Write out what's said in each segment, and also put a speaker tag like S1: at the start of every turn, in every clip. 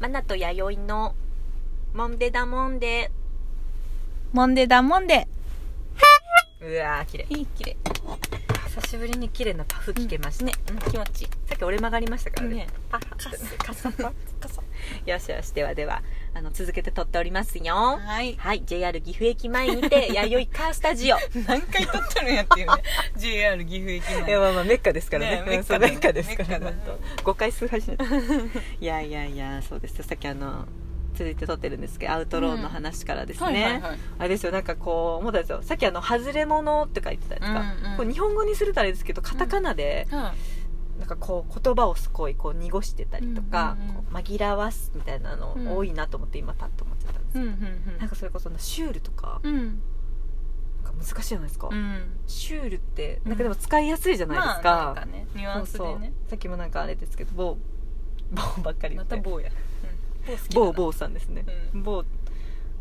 S1: マナと弥生のモンデダモンデ
S2: モンデだモンデ
S1: うわー綺麗
S2: いい綺麗
S1: 久しぶりに綺麗なパフ聞けました、
S2: ね、うん、気持ちいい
S1: さっき折れ曲がりましたからね
S2: ね
S1: パハッて
S2: カサパカサ
S1: よしよしではではあの続けて撮っておりますよ
S2: はい
S1: はい JR 岐阜駅前に て弥生カースタジオ
S2: 何回撮ったのやっていうね JR 岐阜駅
S1: い
S2: 前
S1: やまあまあメッカですからね
S2: ねメッカ
S1: そう
S2: だ
S1: メ
S2: ね
S1: ッカですから
S2: メッカだね
S1: 本当誤解するはしないいやいやいやそうですよさっきあの続いて撮ってるんですけどアウトローの話からですね、
S2: はいはいはい
S1: あれですよなんかこう思ったんですよさっきあの「外れ者」とか言ってたじゃないですか、
S2: うんうん
S1: こう日本語にするとあれですけどカタカナで、なんかこう言葉をすごいこう濁してたりとか、
S2: うんうんうん
S1: こう紛らわすみたいなの
S2: うん
S1: 多いなと思って今パッと思っちゃったんです
S2: う
S1: よ、
S2: んうん
S1: なんかそれこそなシュールとか
S2: うんうん
S1: なんか難しいじゃないですか、
S2: うん
S1: シュールって
S2: うん
S1: なんかでも使いやすいじゃないですか、
S2: まあ、なんかねニュア
S1: そう
S2: ンスで
S1: そう
S2: ね
S1: さっきもなんかあれですけど某某ばっかり言
S2: ま
S1: って
S2: た棒や、うん、
S1: 某某さんですね、
S2: う
S1: 某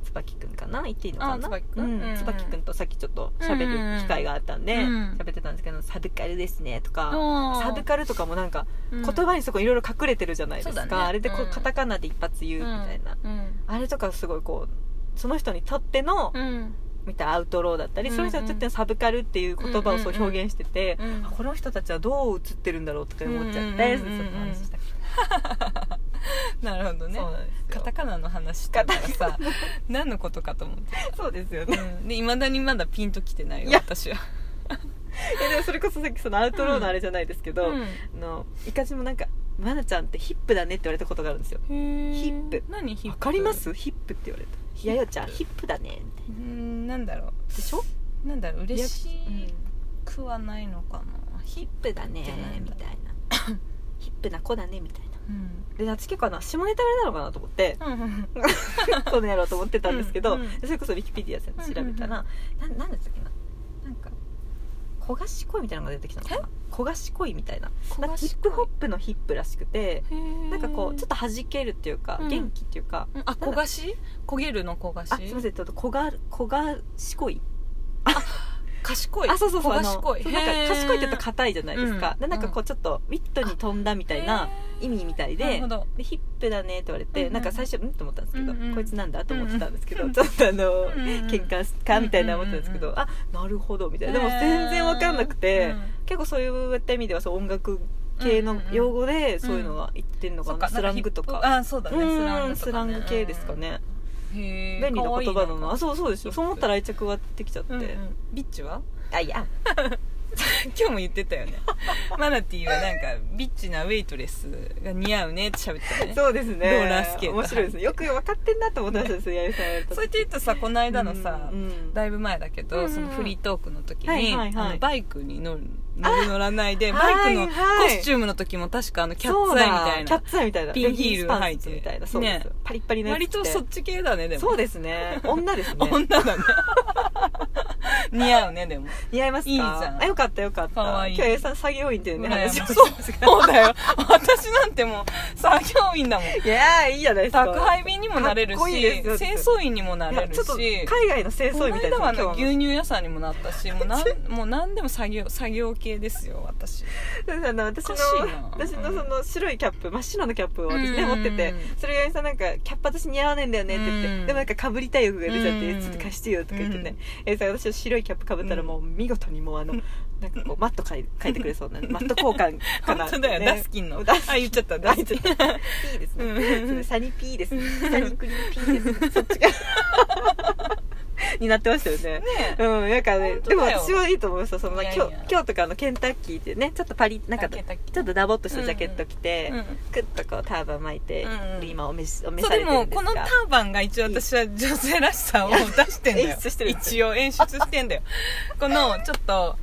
S1: 椿くんかな言っていいのか
S2: あ
S1: な
S2: 椿くん
S1: う
S2: うんうん
S1: 椿くんとさっきちょっと喋る機会があったんで
S2: うんうん
S1: 喋ってたんですけどサブカルですねとかサ
S2: サ
S1: ブカルとかもなんか
S2: 言
S1: 言葉にそこいろいろ隠れてるじゃないです
S2: そうだ
S1: か
S2: ね
S1: あれでこ
S2: う
S1: うんカタカナで一発言うみたいな
S2: うん
S1: あれとかすごいこうその人にとっての
S2: うん
S1: 見たアウトローだったり
S2: うん
S1: その人にとってのサブカルっていう言葉をそう表現してて
S2: うんうん
S1: あこの人たちはどう映ってるんだろうとか思っちゃっ
S2: うんうん
S1: て
S2: うん
S1: そんな話したくて
S2: なるほどね
S1: そうなんです
S2: カ
S1: よ
S2: タカナの話したからさ 何のことかと思って
S1: そうですよね
S2: でいまだにまだピンときてないよ
S1: いや
S2: 私は、
S1: いやでもそれこそさっきそのアウトローのあれじゃないですけど、
S2: うん
S1: あのイカジもなんか「マナちゃんってヒップだね」って言われたことがあるんですよ
S2: ヒッ
S1: ヒップ
S2: 何ヒッ
S1: わ
S2: プ
S1: かりますヒップって言われた「
S2: ヒップ
S1: やよちゃんヒップだね」みたいう
S2: ーんなんだろ
S1: なでしょ、
S2: うなんだろう嬉し
S1: うん
S2: くはないのかな
S1: ヒップだねみたいな ヒップな子だねみたいな
S2: うん
S1: で私結構あの下ネタあれなのかなと思 って
S2: うんうん
S1: そうのやろうと思ってたんですけど、
S2: うんうん
S1: それこそウィキペディアさんで調べたら、なん、なんだったっけななんか焦がし恋みたいなのが出てきたのかな焦がし恋みたいななんかヒップホップのヒップらしくてなんかこうちょっと
S2: と
S1: 弾けるっていうか、
S2: うん
S1: 元気っていうか、
S2: あ焦がし焦げるの焦がし
S1: あすいませんちょっと焦が焦がしこい
S2: 賢い
S1: あそうそうそう
S2: 焦
S1: あ
S2: が
S1: の
S2: しこい
S1: そうなんか
S2: へー
S1: 賢いって言うと硬いじゃないですか、
S2: うん
S1: でなんかこうちょっとウィットに飛んだみたいな意味みたい
S2: へーな
S1: で
S2: るほど
S1: でヒップだねって言われて、
S2: うんうん
S1: なんか最初うんと思ったんですけど、
S2: うんうん
S1: こいつなんだと思ってたんですけど、
S2: うん
S1: ちょっとあの、
S2: うんうん
S1: 喧嘩すかみたいな思ったんですけど、
S2: うんうん
S1: あなるほどみたいなでも全然わかんなくて、
S2: うん
S1: 結構そういった意味ではそう音楽系の用語でそういうのが言ってるのか
S2: そっ
S1: な、
S2: か
S1: スラングとか
S2: なんヒップあそうだね
S1: うん
S2: スラング
S1: スラ
S2: とかね
S1: ング系ですかね、
S2: うんへー
S1: 便利な言葉だなあそうそうです
S2: ヒ
S1: よ
S2: ップ
S1: そう思ったら愛着ができちゃって、
S2: うんうんビッチは
S1: あいや
S2: 今日も言ってたよね マナティーはなんかビッチなウェイトレスが似合うねって喋ってたね
S1: そうですね
S2: ローラースケート
S1: 面白いですねよく分かってんなと思ってましたです弥生さんやると
S2: そうやって言うとさこの間のさ、
S1: うんうん
S2: だいぶ前だけど、
S1: うんうん
S2: そのフリートークの時に、
S1: はいはいはい
S2: あのバイクに乗る乗る乗らないで
S1: あ
S2: バイクの
S1: はいはい
S2: コスチュームの時も確かあのキャッ
S1: そう
S2: ツアイみ
S1: だ
S2: たい
S1: キャッ
S2: な
S1: ツアイみたいな
S2: ピンヒ
S1: レギン
S2: ール履いて
S1: スパンツみたいなそうです、
S2: ね
S1: パリッパリのやつ
S2: 割
S1: 着て
S2: とそっち系だねでも
S1: そうですね女ですね
S2: 女だ ね似合うねでも
S1: 似合いますか
S2: いいじゃん
S1: あよかったよかった
S2: かわいい
S1: 今日 A さん作業員っていうね
S2: 羨ましい
S1: 話をしてますから
S2: そうだよ私なんてもう作業員だもん
S1: いやーいいじゃないですか
S2: 宅配便にもなれるし
S1: かっこいいですよ
S2: 清掃員にもないれ
S1: や
S2: る
S1: ち
S2: し
S1: ょっと海外の清掃
S2: こ
S1: 員
S2: の
S1: みたい
S2: 間
S1: な
S2: は
S1: 今
S2: あ
S1: 日
S2: の
S1: は
S2: 牛乳屋さんにもなったしもうなんもう何でも作業作業系ですよ私
S1: あの私の
S2: おかしいな
S1: 私のその白いキャップ真っ白のキャップを私ね
S2: うん
S1: 持っててそれがさんなんか「キャップ私似合わないんだよね」って言って、
S2: うん
S1: でもなんかかぶりたい欲が出ちゃって「
S2: うん
S1: ちょっと貸してよ」とか言ってね
S2: う、
S1: えさん私の白いキャップかぶったらもう見事にもうあのなんかこうマットかい 書いてくれそうなマット交換か
S2: 本
S1: な、
S2: 当だよ、ダスキンの
S1: ダス
S2: あ言っちゃった
S1: ダ
S2: ダ
S1: ス
S2: ス
S1: キ
S2: キ
S1: ン
S2: ン
S1: ピーですね、
S2: うん
S1: それサニピーですねサニクリピーですねそっ ちがになってましたよね
S2: ね
S1: うん、なんかね
S2: 本、当
S1: でも
S2: だよ
S1: 私はいいと思いますよ。その
S2: いやい
S1: 今
S2: や
S1: 日、今日とかあのケンタッキーってね、ちょっとパリ、なんか、
S2: あケンタッキー
S1: ちょっとダボっとしたジャケット着て、
S2: うんうん
S1: クッとこうターバン巻いて、
S2: うんうん
S1: 今お召し、お召
S2: そう
S1: され
S2: で
S1: てる
S2: も
S1: んで
S2: こ
S1: す
S2: のタ
S1: が。
S2: ーバンが一応私は女性らしさを出してんだよ
S1: 演出してるんです
S2: 一応演出してんだよこのちょっと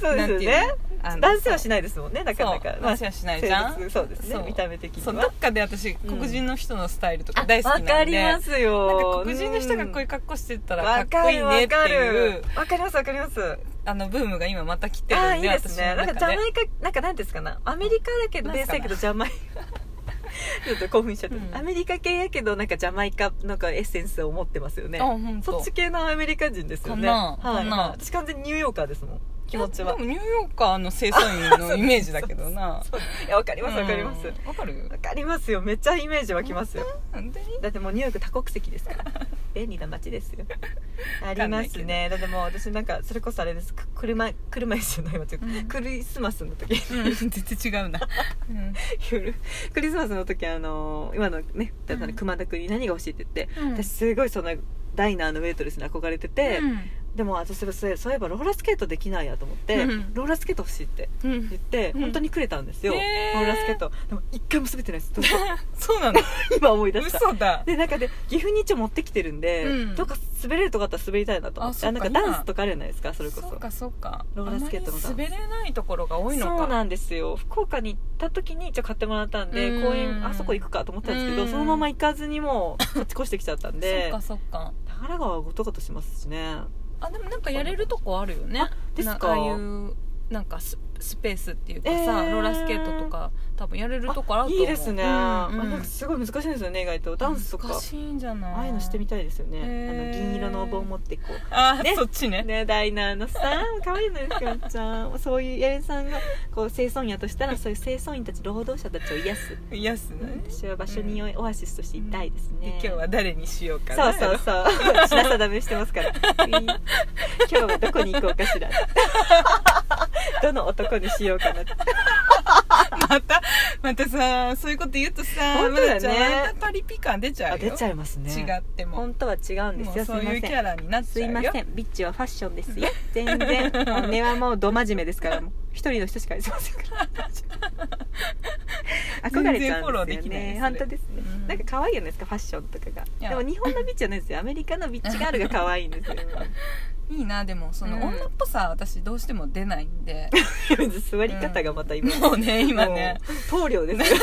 S1: そうですよ
S2: なん
S1: ね
S2: ていう。のあの
S1: 男性はしないですもんね、なかなか
S2: そ。う男性はしないじゃん
S1: 性別そうですね
S2: そ、う
S1: 見た目的に
S2: そ
S1: は。
S2: うどっかで私
S1: ん
S2: 黒人の人のスタイルと
S1: あ
S2: か大好きなんで
S1: わかります
S2: なん
S1: よ。
S2: か黒人の人がこういう
S1: う
S2: 格好してた
S1: ん
S2: らかっこいいねっていう
S1: わかるわかるわかりますわかります。
S2: あのブームが今また来て
S1: あ
S2: る
S1: あ
S2: ん
S1: いい
S2: で
S1: ですねなんかジャ
S2: 私の中で
S1: マイカなんかなんですかなアメリカだけど
S2: なん
S1: ベー
S2: す
S1: ス
S2: かな
S1: やけどジャマイカ ちょっと興奮しちゃった、
S2: うん
S1: アメリカ系やけどなんかジャマイカなんかエッセンスを持ってますよね
S2: あ本当
S1: そっち系のアメリカ人ですよね
S2: かな
S1: はい、
S2: かな
S1: はい私完全にニューヨーカーですもん気持ちは
S2: でもニューヨーカーの清掃員のイメージだけどな
S1: そういやわかりますわかります
S2: う
S1: わ
S2: ん、わかる
S1: かりますよめっちゃイメージ湧きますよ
S2: 本当に
S1: だってもうニューヨーク多国籍です から便利な街ですよあ
S2: か
S1: り
S2: んな
S1: ま
S2: いけ
S1: す
S2: ど
S1: ねだってもう私なんかそれこそあれですく車車椅子じゃないわ、
S2: ん
S1: クリスマスの時
S2: うん、 全然違うな、うん
S1: 夜クリスマスの時あの今のねだった
S2: う
S1: ら
S2: ん
S1: 熊田君に何が欲しいって言って、
S2: うん
S1: 私すごいそのダイナーのウェイトレスに憧れてて、でも私はそうそういえばローラースケートできないやと思って、
S2: うん
S1: ローラースケート欲しいって
S2: うんうん
S1: 言って、
S2: うん
S1: 本当にくれたんですよ、
S2: へー
S1: ローラースケートでも一回も滑ってない です
S2: そうなの
S1: 今思い出した
S2: 嘘だ
S1: でなんかで岐阜に一応持ってきてるんで、
S2: うん
S1: どっか滑れるとこあったら滑りたいなと思っ
S2: あ
S1: て
S2: そ
S1: あ
S2: っか
S1: なんかダンスとかあるじゃないですかそれこそ
S2: そうかそうか
S1: ローラースケートの
S2: あまり滑れないところが多いのか
S1: そうなんんですよ福岡に行った時に一応買ってもらったんで
S2: うん
S1: 公園あそこ行くかと思ったんですけど
S2: うん
S1: そのまま行かずにもうこっち越してきちゃったん
S2: そっ
S1: で
S2: かそっか
S1: 長良川はごとごとしますしね
S2: あでもなんかやれるとこあるよね
S1: あですか
S2: なああいうなんかススペースっていうかさ、
S1: えー
S2: ローラースケートとか多分やれるとこあると思う
S1: いいですね、
S2: うんうん
S1: あなんかすごい難しいんですよね意外とダンスとか
S2: 難しいんじゃない
S1: ああいうのしてみたいですよね、
S2: へ
S1: あ
S2: ー
S1: の銀色のお盆持ってこう
S2: あー、
S1: ね
S2: そっちね
S1: ね、ダイナーのさ可愛いのよひかるちゃん そういう八重さんがこう清掃員やとしたらそういう清掃員たち労働者たちを癒す
S2: 癒すね
S1: 私は場所にオアシスとしていたいです
S2: で
S1: ね、
S2: 今日は誰にしようか
S1: そ
S2: な
S1: うそうそう 品定めしてます から今日はどこに行こうかしら どの男にしようかなって
S2: またまたさそういうこと言うとさ
S1: 本当だね
S2: まちゃんまたパリピ感出ちゃ
S1: あ
S2: うよ
S1: 出ちゃいますね
S2: 違っても
S1: 本当は違うんで
S2: も
S1: す
S2: う
S1: よす
S2: そう
S1: いま
S2: いうキ
S1: せ
S2: ャ
S1: ん
S2: ラになっ
S1: す
S2: ちゃ
S1: いう
S2: よ
S1: ませんビッチはファッションですよ全然根 はもうど真面目ですからもう一人の人しかいませんから憧れちゃ
S2: 全然フォロ
S1: う
S2: ー
S1: んで
S2: ですき
S1: よ
S2: ないです
S1: ね
S2: ね
S1: 本当ですね、
S2: うん
S1: なんか可愛いじゃないですかファッションとか
S2: や
S1: がでも日本のビッチじゃないですよアメリカのビッチガールが可愛いんですよ
S2: いいなでもその、
S1: うん
S2: 女っぽさ私どうしても出ないん で
S1: 座り方がまた今、
S2: もうね今ね
S1: もう棟梁ですよ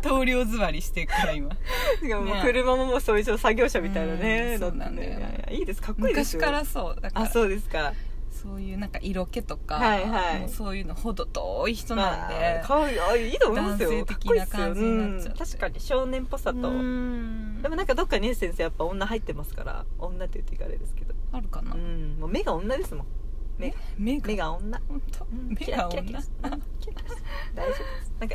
S2: 棟梁座りしてるから今
S1: しかももう
S2: ね
S1: 車ももうそういう作業車みたいなね、
S2: うん
S1: だって
S2: そうなんだよ
S1: いやいやいいですかっこいいです
S2: 昔
S1: よ
S2: からそうだから
S1: あそうですか
S2: そういうなんか色気とか、
S1: はいはい
S2: もうそういうのほど遠い人なんで、
S1: まあかわいいあいいと思いますよ
S2: 男性
S1: かっ
S2: 的
S1: こいい
S2: な
S1: ですよ
S2: 感じになっちゃ
S1: う
S2: うん
S1: 確かに少年っぽさと、
S2: うん
S1: でもなんかどっかにね先生やっぱ女入ってますから女って言っていかあれですけど、
S2: あるかな、
S1: うん、もう目が女ですもん目が
S2: 目が
S1: 目が女
S2: 本当
S1: うん
S2: 目が
S1: キラキ
S2: 女
S1: ラキラうんキラキラ大丈夫ですなんか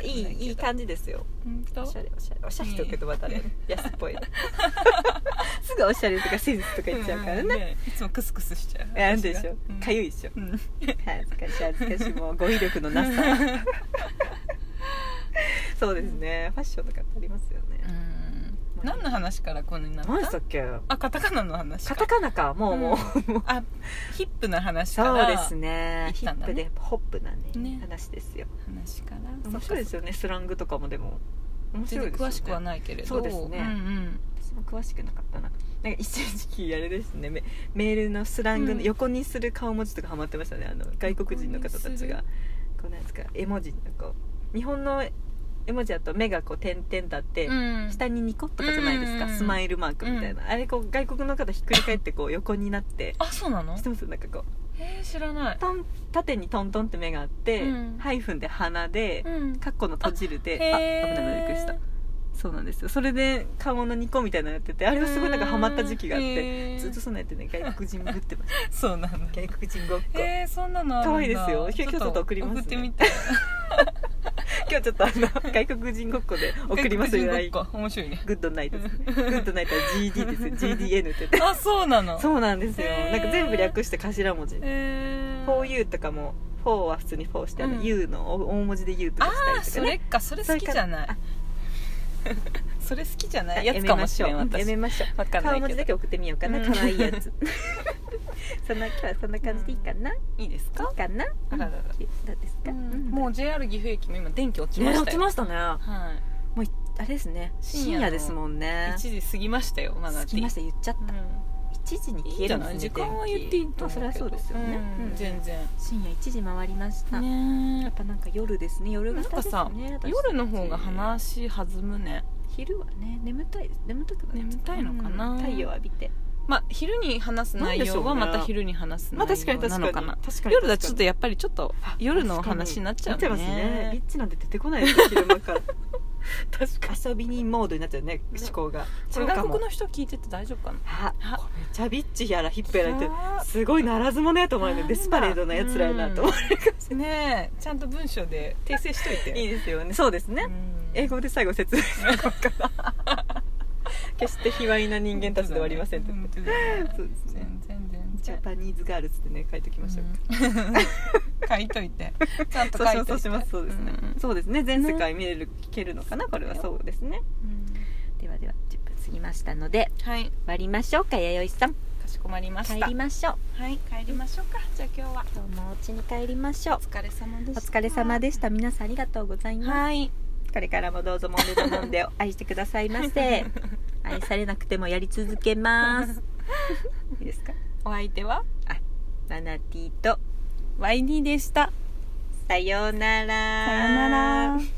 S1: い
S2: わかんな
S1: いいい感じ
S2: いけど
S1: ですよ
S2: 本当
S1: おしゃれおしゃれおしゃれって言うけどまたね安っぽい すぐおしゃれとかセンスとか言っちゃうから
S2: ん
S1: ね
S2: ねいつもクスクスしちゃう
S1: えあんでしょかゆ
S2: い、
S1: いでしょ
S2: うんうん
S1: 恥ずかしい恥ずかしいもう語彙力のなさ そうですねファッションとかってありますよね
S2: うん何の話からこんなになった
S1: 何でしたっけ
S2: あカタカナの話か
S1: カタカナかもう、
S2: うん
S1: もう
S2: あヒップの話か
S1: そう
S2: ら
S1: ですねヒ
S2: 行ったん
S1: ッ
S2: だ
S1: プ
S2: ね
S1: でホップなね
S2: ね
S1: 話ですよ
S2: 話から
S1: 面白いですすよねスラングとかもでも面
S2: 全
S1: 白いで
S2: 然
S1: すよ、ね、
S2: 詳しくはないけれど
S1: そうですね
S2: んうん
S1: 私も詳しくなかったななんか一時期あれですねメメールのスラングの
S2: うん
S1: 横にする顔文字とかハマってましたねあの外国人の方た
S2: 横にす
S1: ち
S2: る
S1: がこうなんですか絵文字のこう日本の絵文字だと目がこう点々だって、
S2: うん
S1: 下にニコッとかじゃないですか、
S2: うん
S1: スマイルマークみたいな、あれこう外国の方ひっくり返ってこう横になって
S2: あそうなの
S1: してますなんかこう
S2: えー、知らない
S1: トン縦にトントンって目があって、
S2: うん
S1: ハイフンで鼻で、
S2: うん
S1: カッコの閉じるであ
S2: へー
S1: 危ない危ないびっくりしたそうなんですよそれで顔のニコみたいなのやっててあれはすごいなんかハマった時期があっ
S2: へ
S1: て
S2: ー
S1: ずっとそんなんやってね外国人ぶってまし
S2: そうなの
S1: た外国人ご っこ今
S2: えー、そんなのあるんだ
S1: 可愛いですよ今日ちょっと送りますね
S2: 送ってみたい
S1: 日ちょっとあの外国人ごっこで送りますよ
S2: 外
S1: LINE
S2: 国人ごっこ面白いね
S1: グッドナイトですねグッドナイトは GD ですよ GDN って言って
S2: あそうなの
S1: そうなんですよ
S2: へー
S1: なんか全部略して頭文字
S2: えー、
S1: 4U とかも4は普通に4してあ
S2: う
S1: の
S2: ん
S1: U の大文字で U とか
S2: ああ
S1: したりとか
S2: それ
S1: ね
S2: かそれ好きじゃない それ好きじゃないやつ
S1: やめ
S2: か
S1: ま
S2: もし
S1: しょう
S2: れん
S1: や
S2: 私
S1: めましょう
S2: わかんない
S1: 顔文字だ
S2: けど
S1: け送ってみようかな
S2: うん
S1: 可愛いやつ そんな今日はそんな感じでいいかない
S2: いいです
S1: い
S2: か
S1: いかな
S2: あらら
S1: う
S2: ら
S1: んどうですか
S2: うんもう JR 岐阜駅も今電気落ちま
S1: ね
S2: したよ、
S1: 落ちましたねあ
S2: はい
S1: れですね
S2: 深
S1: 深
S2: 夜の
S1: 夜ですもんね
S2: 1時過ぎましたよまだ
S1: 着きました言っちゃっ
S2: うん
S1: た1時に消
S2: いいん
S1: え
S2: じ
S1: る
S2: ゃ
S1: んです
S2: ない
S1: ね
S2: 時間は言っていい
S1: ま
S2: と
S1: あ
S2: 思うけ
S1: そ
S2: ど、
S1: れはそうですよね
S2: うん
S1: うん
S2: 全然
S1: 深夜1時回りましたや
S2: ね
S1: っぱなんか夜ですね夜型ですね私たち
S2: 夜の方が話弾むね
S1: 昼はね眠たい眠たくなっちゃった
S2: 眠たいのかな
S1: うん太陽浴びて
S2: まあ昼に話す
S1: なん
S2: 内容は
S1: でしょうね
S2: また昼に話す内容なのかな
S1: 確かに
S2: 夜だとちょっとやっぱりちょっと夜のお話になっちゃう
S1: なっちゃいますねビッチなんて出てこないですよ昼間から
S2: 確かに
S1: 遊び人モードになっちゃうね思考が
S2: こ
S1: そう
S2: れ
S1: か
S2: 外
S1: も
S2: 国の人聞いてて大丈夫かな
S1: あ
S2: あ
S1: こめちゃビッチやらヒップやらって
S2: あー
S1: すごいならず者やと思われる
S2: なん
S1: デ
S2: だ
S1: スパレードなやつらやなと思われるかもし
S2: ねえちゃんと文章で訂正しとい
S1: れ
S2: て
S1: ないいいですよねそうですね、
S2: うん
S1: 英語で最後説明しようかな 決して卑猥な人間たちではありませんって言
S2: 本
S1: って
S2: 当だね
S1: そうですね
S2: 全然全
S1: ジャ
S2: 然
S1: パニーズガールズってね書いておきましょうか、
S2: 書いといてちゃんと
S1: そ
S2: 書
S1: う
S2: い
S1: そうそ
S2: というて
S1: しますそうですね、
S2: ん
S1: そうですね全世界見れる、聞けるのかなこれはそうですね
S2: うん
S1: ではでは10分過ぎましたので
S2: はい
S1: 割りましょうか弥生さん
S2: かしこまりまし
S1: 帰
S2: た
S1: りましょう
S2: はい帰りましょうかじゃあ今日は
S1: 今日もお家に帰りましょう
S2: お疲れ様で
S1: お
S2: した
S1: 疲れ様でした皆さんありがとうございます、
S2: はい
S1: これからもどうぞもんでもんで を愛してくださいま せ愛されなくてもやり続けます いいですか
S2: お相手は
S1: マナティーと
S2: ワイニーでした
S1: さようなら
S2: さようなら